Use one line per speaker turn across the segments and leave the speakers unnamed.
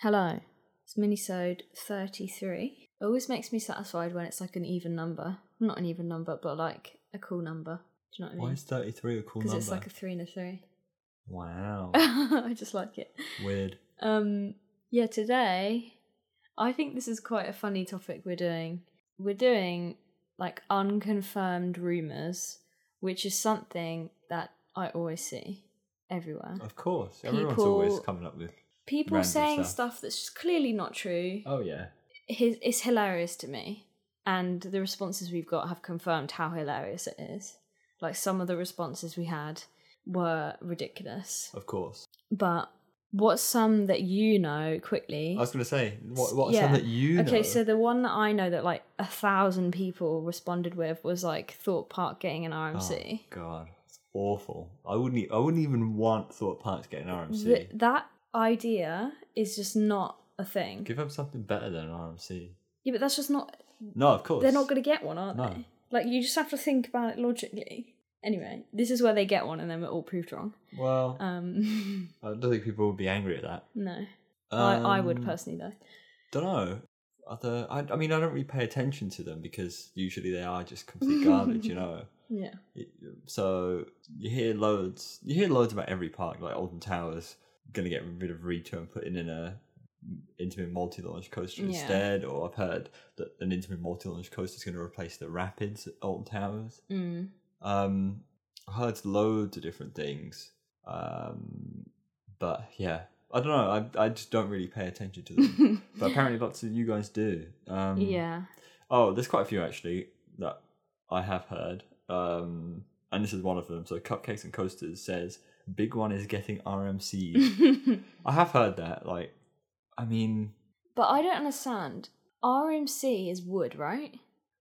Hello. It's minisode 33. It always makes me satisfied when it's like an even number. Not an even number, but like a cool number. Do you know what I
Why
mean?
is 33 a cool
Because
number? Oh.
it's like a three and a three.
Wow.
I just like it.
Weird.
Um, yeah, today I think this is quite a funny topic we're doing. We're doing like unconfirmed rumors, which is something that I always see everywhere.
Of course. Everyone's always
Uh, People-
coming up with.
People
Random
saying
stuff.
stuff. that's just clearly not true.
Oh, yeah.
His, it's hilarious to me, and the responses we've got have confirmed how hilarious it is. Like some of the responses we had were ridiculous,
Of course.
but what's some that you know quickly?
I was going to say, what, what's
Yeah.
some that Oh, you know?
Okay, so the one that I know that like a thousand people responded with was like Thought Park getting an RMC.
Oh, God. It's awful. I wouldn't, e- I wouldn't even want Thought Park to get an RMC.
Th- that idea is just not a thing.
Give them something better than an RMC.
Yeah, but that's just not.
No, of course.
They're not going to get one, are
No.
they? Like you just have to think about it logically. Anyway, this is where they get one, and then we're all proved wrong.
Well,
Um,
I don't think people would be angry at that.
no, I, I would
Um,
personally though.
Don't know. Other, I, I mean, I don't really pay attention to them because usually they are just complete garbage, you know.
Yeah,
Y- So you hear loads, you hear loads about every park, like Alton Towers going to get rid of Rito and putting in a Intamin multi-launch coaster
Yeah.
instead, or I've heard that an Intamin multi-launch coaster is going to replace the Rapids at Alton Towers.
mm.
Um, I heard loads of different things, um, but yeah, I don't know. I I just don't really pay attention to them, but apparently lots of you guys do. Um,
Mm. yeah.
Oh, there's quite a few actually that I have heard. Um, and this is one of them. So Cupcakes and Coasters says big one is getting RMC.
but
I have heard that. Like, I mean,
I don't understand. RMC is wood, right?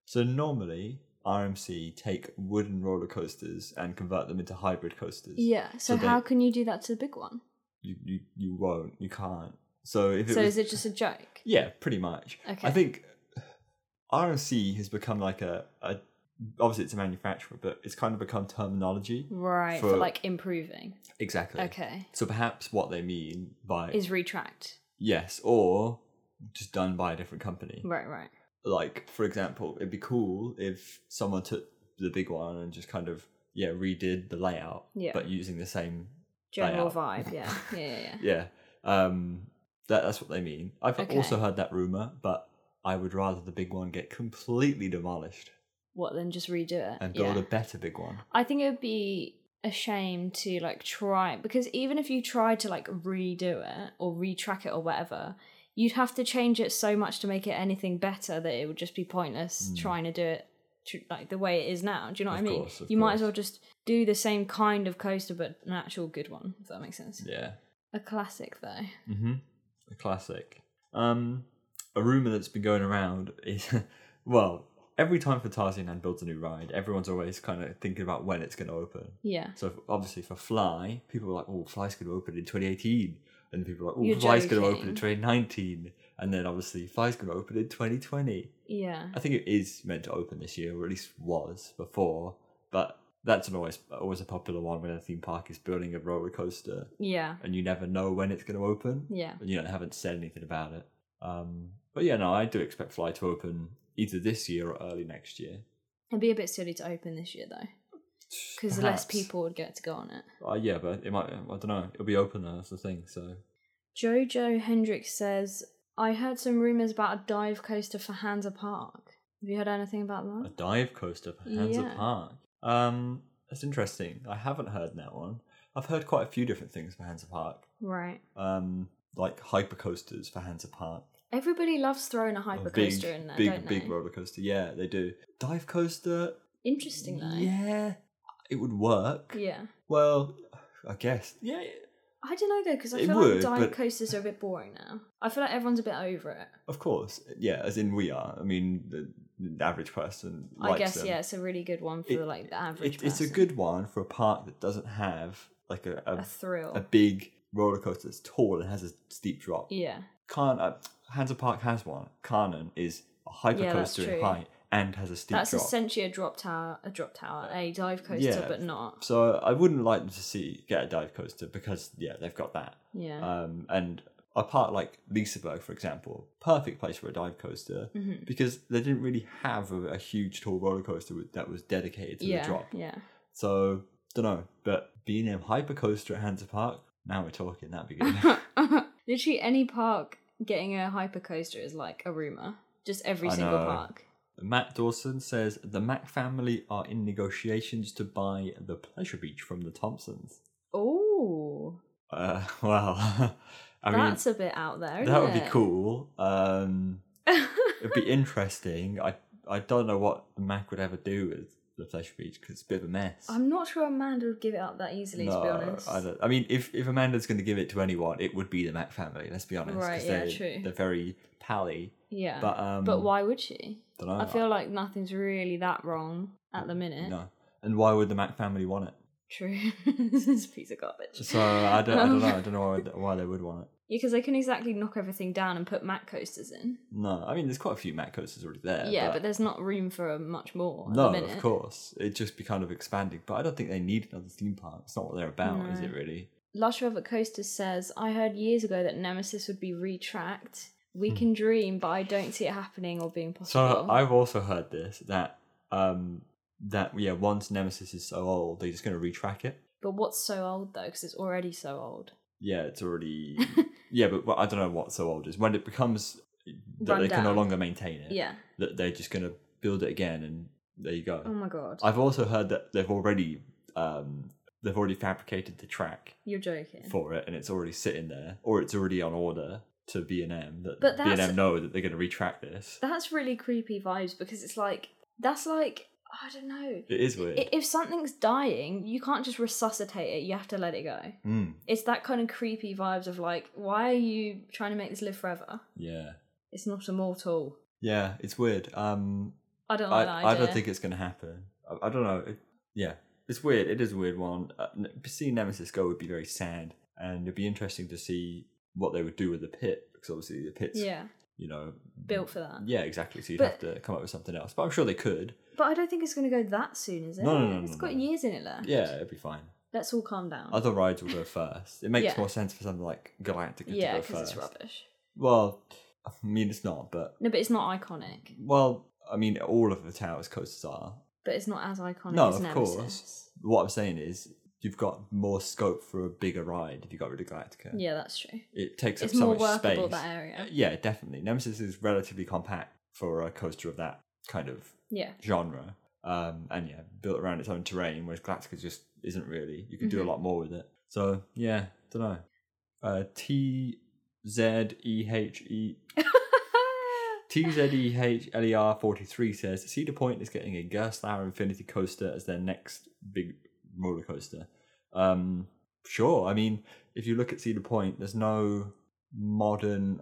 so normally RMC take wooden roller coasters and convert them into hybrid coasters.
Yeah. So,
So they-
how can you do that to the big one?
You you, you won't. You can't. So if it
So
was,
is it just a joke?
yeah, pretty much.
Okay.
I think RMC has become like a, a obviously it's a manufacturer, but it's kind of become terminology.
Right, for,
for-
like improving.
Exactly.
Okay.
So perhaps what they mean by
Is retract.
yes, or just done by a different company.
Right, right.
Like for example, it'd be cool if someone took the big one and just kind of yeah redid the layout,
Yeah.
but using the same
General
Layout.
vibe, yeah. Yeah, yeah, yeah.
yeah. Um, that that's what they mean. I've
Okay.
also heard that rumor, but I would rather the big one get completely demolished
What then just redo it?
and build
yeah.
a better big one.
I think it would be a shame to like try because even if you tried to like redo it or retrack it or whatever, you'd have to change it so much to make it anything better that it would just be pointless
Mm.
trying to do it tr- like the way it is now. Do you know what
Of
I mean?
course, of
you might as well
course.
just do the same kind of coaster but an actual good one, if that makes sense.
Yeah.
A classic though.
Mm-hmm. A classic. Um, a rumor that's been going around is, well, every time Fantasyland builds a new ride, everyone's always kind of thinking about when it's going to open.
Yeah.
So f- obviously for Fly, people were like, "Oh, Fly's going to open in 2018," and people were like, "Oh,
You're
Fly's going to open
joking.
in 2019," and then obviously Fly's going to open in 2020.
Yeah.
I think it is meant to open this year, or at least was before, but. That's an always always a popular one when a theme park is building a roller coaster,
Yeah.
and you never know when it's going to open
Yeah.
you know, haven't said anything about it. Um, but yeah, no, I do expect Fly to open either this year or early next year.
It'd be a bit silly to open this year though, because less
Perhaps.
people would get to go on it.
Uh, yeah, but it might. I don't know. It'll be open though. That's the thing. So
Jojo Hendricks says, I heard some rumours about a dive coaster for Hansa Park. Have you heard anything about
a
that?
dive coaster for Hansa
Yeah.
Park. Um, that's interesting. I haven't heard that one. I've heard quite a few different things for Hansa Park.
Right.
Um, like hyper coasters for Hansa Park.
Everybody loves throwing a
A
hypercoaster
big,
in there,
big,
don't they?
big roller coaster. Yeah, they do. Dive coaster.
Interesting though.
Yeah, it would work.
Yeah.
Well, I guess. Yeah,
I don't know though, because I
It
feel like
would,
dive
but-
coasters are a bit boring now. I feel like everyone's a bit over it.
Of course, yeah. As in, we are. I mean, the, the average person.
I
likes
guess,
them.
yeah, it's a really good one for
It-
like the average.
It, it's a
person.
good one for a park that doesn't have like a
a
a,
thrill.
a big roller coaster that's tall and has a steep drop.
yeah.
Can uh, Hansa Park has one. Carnan is a hyper
Yeah, that's
coaster in
true.
height and has a steep
That's
drop.
essentially a drop tower, a drop tower, a dive coaster,
yeah.
but not.
so I wouldn't like them to see get a dive coaster because yeah, they've got that.
Yeah.
Um, and a park like Liseberg, for example, perfect place for a dive coaster
Mhm.
because they didn't really have a, a huge tall roller coaster with- that was dedicated to
yeah,
the drop.
yeah.
So don't know, but B&M Hypercoaster at Hansa Park. Now we're talking. That'd be good.
Literally any park getting a hypercoaster is like a rumor. Just every
I
single
know.
park.
Matt Dawson says the Mac family are in negotiations to buy the Pleasure Beach from the Thompsons.
Oh,
Uh, well, I mean,
that's a bit out there.
that would
isn't
be
it?
cool. Um, it'd be interesting. I I don't know what the Mac would ever do with the Pleasure Beach because it's a bit of a mess.
I'm not sure Amanda would give it up that easily, to be honest.
I, don't, I mean, if, if Amanda's going to give it to anyone, it would be the Mac family. Let's be honest, 'cause
Right, yeah,
they're,
true.
They're very pally,
Yeah.
but um,
but why would she?
Don't know.
I feel like nothing's really that wrong at the minute.
no. And why would the Mac family want it?
True. this is a piece of garbage.
So I don't, I don't
Um,
know. I don't know why, why they would want it.
Yeah, because they couldn't exactly knock everything down and put mat coasters in.
No, I mean, there's quite a few Mac coasters already there.
Yeah, but, there's not room for much more. At
no,
the minute.
of course, it'd just be kind of expanding. But I don't think they need another theme park. It's not what they're about, is
No.
it really?
Lush Velvet Coasters says, I heard years ago that Nemesis would be retracked. We can dream, but I don't see it happening or being possible.
Hmm. So I've also heard this that um that yeah, once Nemesis is so old, they're just going to retrack it.
But what's so old though? Because it's already so old.
Yeah, it's already yeah, but well, I don't know what so old is when it becomes that
Run
they can no
down.
longer maintain it.
Yeah.
that they're just going to build it again, and there you go.
Oh my god.
I've also heard that they've already um they've already fabricated the track
You're joking.
for it and it's already sitting there or it's already on order to b&m that
But that's-
b&m know that they're going to retract this
That's really creepy vibes because it's like, that's like, I don't know.
it is weird
I- If something's dying, you can't just resuscitate it, you have to let it go.
mm,
It's that kind of creepy vibes of like, why are you trying to make this live forever?
yeah
It's not immortal.
yeah it's weird um
I don't like that
I, I
idea.
don't think it's going to happen I, I don't know it, yeah it's weird it is a weird one uh, n- seeing nemesis go would be very sad and it'd be interesting to see what they would do with the pit because obviously the pit's
Yeah,
you know
built for that.
yeah exactly so you'd
But-
have to come up with something else but i'm sure they could
But I don't think it's going to go that soon, is it?
No, no, no, no,
It's got
no.
years in it left.
yeah it'd be fine
Let's all calm down.
other rides will go first it makes
Yeah.
more sense for something like galactica
yeah,
to go
because
first
it's rubbish.
Well, I mean, it's not, but
No, but it's not iconic.
well, I mean, all of the towers coasters are.
But it's not as iconic
No,
as
of
Nemesis.
course. What I'm saying is, you've got more scope for a bigger ride if you got rid of Galactica.
Yeah, that's true.
It takes
It's
up so
more
much
workable,
space. Uh,
that area.
Yeah, definitely. Nemesis is relatively compact for a coaster of that kind of
Yeah.
genre, um, and yeah, built around its own terrain. Whereas Galactica just isn't really. You can do
Mhm.
a lot more with it. So yeah, don't know. Uh, T Z E H E TZEHLER43 says Cedar Point is getting a Gerstlauer Infinity Coaster as their next big roller coaster. Um, sure, I mean, if you look at Cedar Point, there's no modern.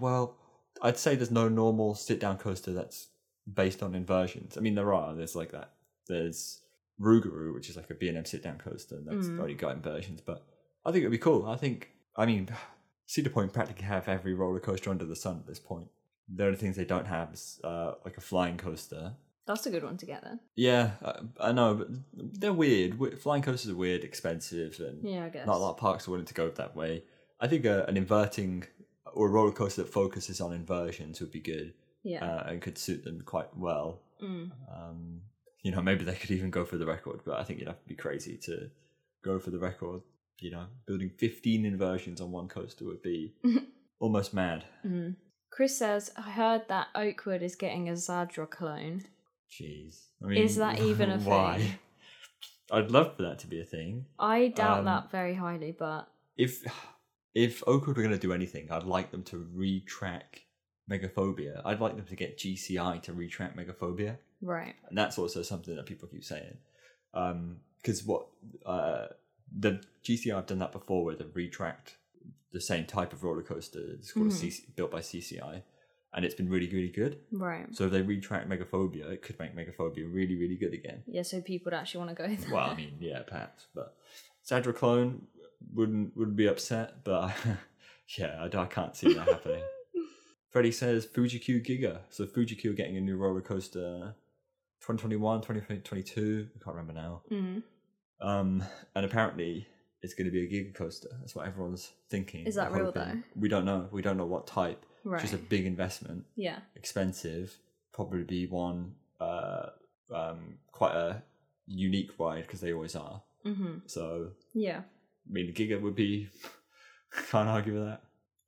Well, I'd say there's no normal sit down coaster that's based on inversions. I mean, there are. There's like that. There's Rougarou, which is like a B&M sit down coaster, and that's
Mm.
already got inversions. But I think it'd be cool. I think, I mean, Cedar Point practically have every roller coaster under the sun at this point. The only things they don't have is uh, like a flying coaster.
that's a good one to get then.
Yeah, I, I know, but they're weird. We- Flying coasters are weird, expensive, and
Yeah, I guess.
not a lot of parks are willing to go that way. I think a, an inverting or a roller coaster that focuses on inversions would be good
Yeah.
uh, and could suit them quite well.
Mm.
Um, you know, maybe they could even go for the record, but I think you'd have to be crazy to go for the record. You know, building 15 inversions on one coaster would be almost mad.
Mm. Chris says, I heard that Oakwood is getting a Zadra clone.
Jeez. I mean,
Is that even a
why?
thing?
I'd love for that to be a thing.
I doubt
Um,
that very highly, but
If if Oakwood were going to do anything, I'd like them to retrack Megaphobia. I'd like them to get GCI to retrack Megaphobia.
right.
and that's also something that people keep saying because what uh, the GCR have done that before where they've retracked the same type of roller coaster it's called a
Mhm.
CC, built by CCI and it's been really really good
Right.
so if they retract Megaphobia it could make Megaphobia really really good again
Yeah, so people would actually want to go there.
well I mean yeah perhaps but Sadra Clone wouldn't would be upset but yeah I, d- I can't see that happening Freddie says Fuji Q Giga. So Fuji Q are getting a new roller coaster 2021, 2022, I can't remember now.
Mm.
Um, and apparently it's going to be a giga coaster. That's what everyone's thinking.
Is that
They're
real,
hoping.
though?
We don't know. We don't know what type.
Right.
Just a big investment,
yeah.
expensive. Probably be one uh, um, quite a unique ride because they always are.
Mm-hmm.
So
Yeah.
I mean, giga would be. can't argue with that.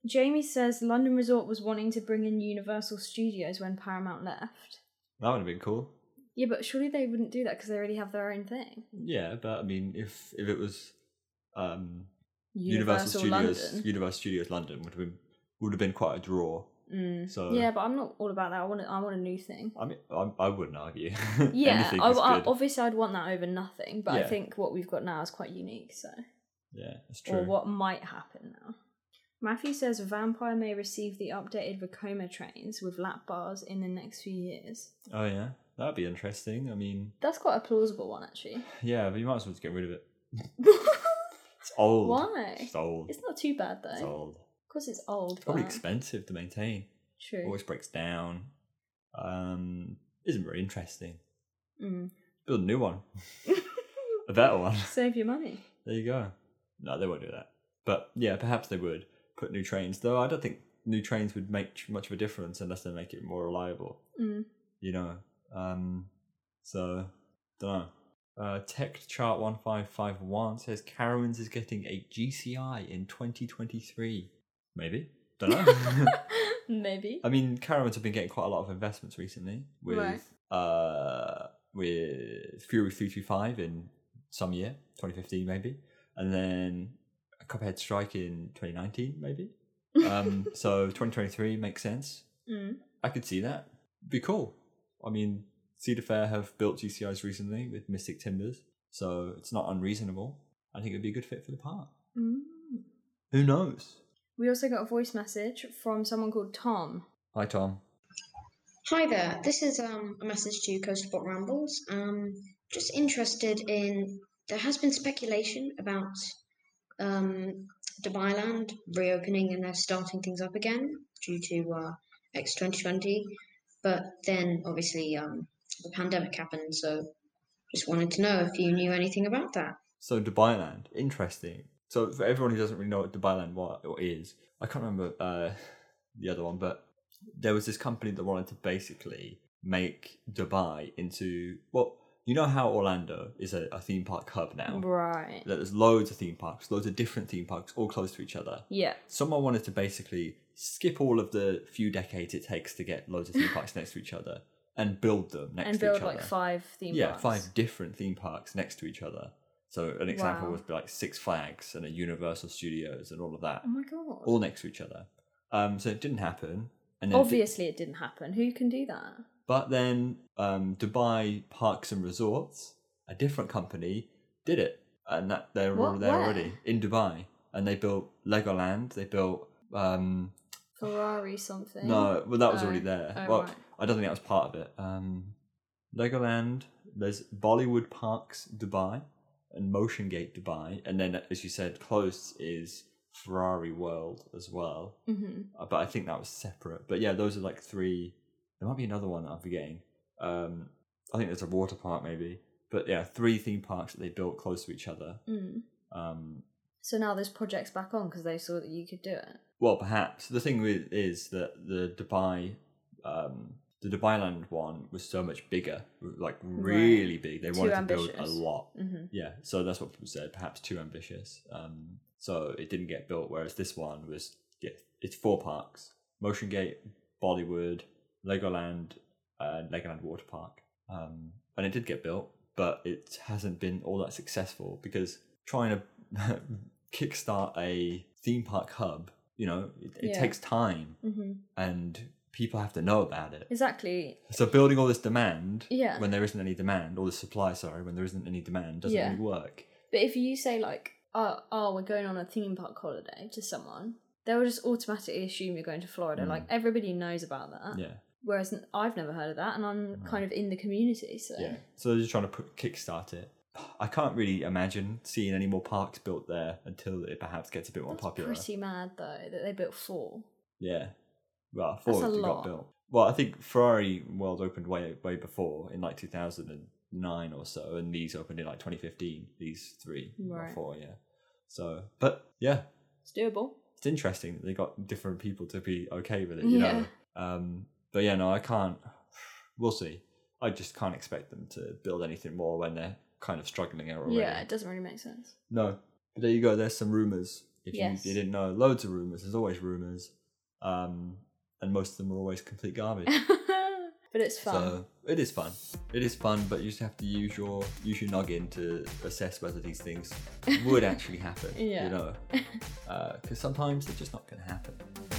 Jamie says London Resort was wanting to bring in Universal Studios when Paramount left.
That would have been cool.
Yeah, but surely they wouldn't do that because they already have their own thing.
Yeah, but I mean, if if it was um,
Universal,
Studios,
London.
Universal Studios London would have been would have been quite a draw.
Mm.
So-
yeah, but I'm not all about that. I want a, I want a new thing.
I mean, I, I wouldn't argue.
Yeah,
Anything
I,
is
I-
good.
obviously I'd want that over nothing, but I
Yeah.
think what we've got now is quite unique. So,
yeah, that's
or
true.
what might happen now. Matthew says Vampire may receive the updated Vekoma trains with lap bars in the next few years.
Oh yeah, that'd be interesting. I mean,
That's quite a plausible one, actually.
yeah, but you might as well just get rid of it. It's old.
Why?
It's old.
It's not too bad
It's
though.
old.
Because it's old.
It's probably
but-
expensive to maintain.
True.
Always breaks down. Um, isn't very interesting.
Mm.
Build a new one, a better one.
Save your money.
There you go. No, they won't do that. But yeah, perhaps they would put new trains. Though I don't think new trains would make too much of a difference unless they make it more reliable.
Mm.
You know. Um, so don't know. Uh, Tech Chart One Five Five One says Carowinds is getting a GCI in 2023. Maybe. Don't know.
Maybe.
I mean, Carowinds have been getting quite a lot of investments recently with
Right.
uh with Fury three two five in some year, twenty fifteen maybe, and then a Cuphead Strike in twenty nineteen maybe. Um, so twenty twenty three makes sense.
Mm.
I could see that. Be cool. I mean, Cedar Fair have built GCIs recently with Mystic Timbers, so it's not unreasonable. I think it would be a good fit for the park.
Mm.
Who knows?
We also got a voice message from someone called Tom.
Hi Tom.
Hi there. This is um, a message to Coast Spot Rambles. Um, just interested in there has been speculation about um, Dubai Land reopening and they're starting things up again due to uh, X twenty twenty, but then obviously um, the pandemic happened. So just wanted to know if you knew anything about that.
So Dubai Land, interesting. So for everyone who doesn't really know what Dubai Land what what is, I can't remember uh, the other one, but there was this company that wanted to basically make Dubai into well, you know how Orlando is a, a theme park hub now.
Right.
That there's loads of theme parks, loads of different theme parks, all close to each other.
Yeah.
Someone wanted to basically skip all of the few decades it takes to get loads of theme parks next to each other and build them next
and
to
build
each other
like five theme
yeah,
parks.
five different theme parks next to each other. So an example
Wow.
would be like Six Flags and a Universal Studios and all of that,
Oh my god.
all next to each other. Um, so it didn't happen. And then
Obviously, it didn't happen. Who can do that?
but then um, Dubai Parks and Resorts, a different company, did it, and that they were
What?
there
Where?
already in Dubai, and they built Legoland. They built um,
Ferrari something.
no, well that was
Oh.
already there.
Oh,
well,
right.
I don't think that was part of it. Um, Legoland, there's Bollywood Parks Dubai and Motion Gate Dubai, and then as you said, close is Ferrari World as well.
hmm
Uh, But I think that was separate. But yeah, those are like three. There might be another one that I'm forgetting. Um, I think there's a water park maybe. But yeah, three theme parks that they built close to each other.
Mm.
Um,
So now this project's back on because they saw that you could do it.
Well, perhaps the thing with is that the Dubai, um, the Dubai Land one was so much bigger, like really big. They
Too
wanted to build a
ambitious.
lot.
hmm
Yeah, so that's what people said. Perhaps too ambitious. Um, so it didn't get built. Whereas this one was, yeah, it's four parks: Motion Gate, Bollywood, Legoland, uh, Legoland Water Park. Um, and it did get built, but it hasn't been all that successful because trying to kickstart a theme park hub, you know, it, it
Yeah.
takes time,
hmm
and people have to know about it.
Exactly.
So building all this demand
Yeah.
when there isn't any demand, or the supply, sorry, when there isn't any demand, doesn't
Yeah.
really work.
But if you say like, oh, oh, we're going on a theme park holiday to someone, they will just automatically assume you're going to Florida.
Mm.
Like everybody knows about that.
Yeah,
Whereas n- I've never heard of that, and I'm
No.
kind of in the community, so
yeah. So they're just trying to put, kickstart it. I can't really imagine seeing any more parks built there until it perhaps gets a bit more
that's
popular.
pretty mad though that they built four.
Yeah, well,
That's
four
a
that
lot.
got built. Well, I think Ferrari World opened way way before in like two thousand and nine or so, and these opened in like twenty fifteen. These three
Right.
or four, yeah. So, but yeah,
It's doable.
it's interesting that they got different people to be okay with it, you
Yeah.
know. Um, but yeah, no, I can't. We'll see. I just can't expect them to build anything more when they're kind of struggling out already.
Yeah, it doesn't really make sense.
No, but there you go. There's some rumors. If
Yes.
you, you didn't know, loads of rumors. There's always rumors, um, and most of them are always complete garbage.
but it's fun.
So it is fun. It is fun, but you just have to use your use your noggin to assess whether these things would actually happen. Uh,
Yeah.
You know, because sometimes they're just not going to happen.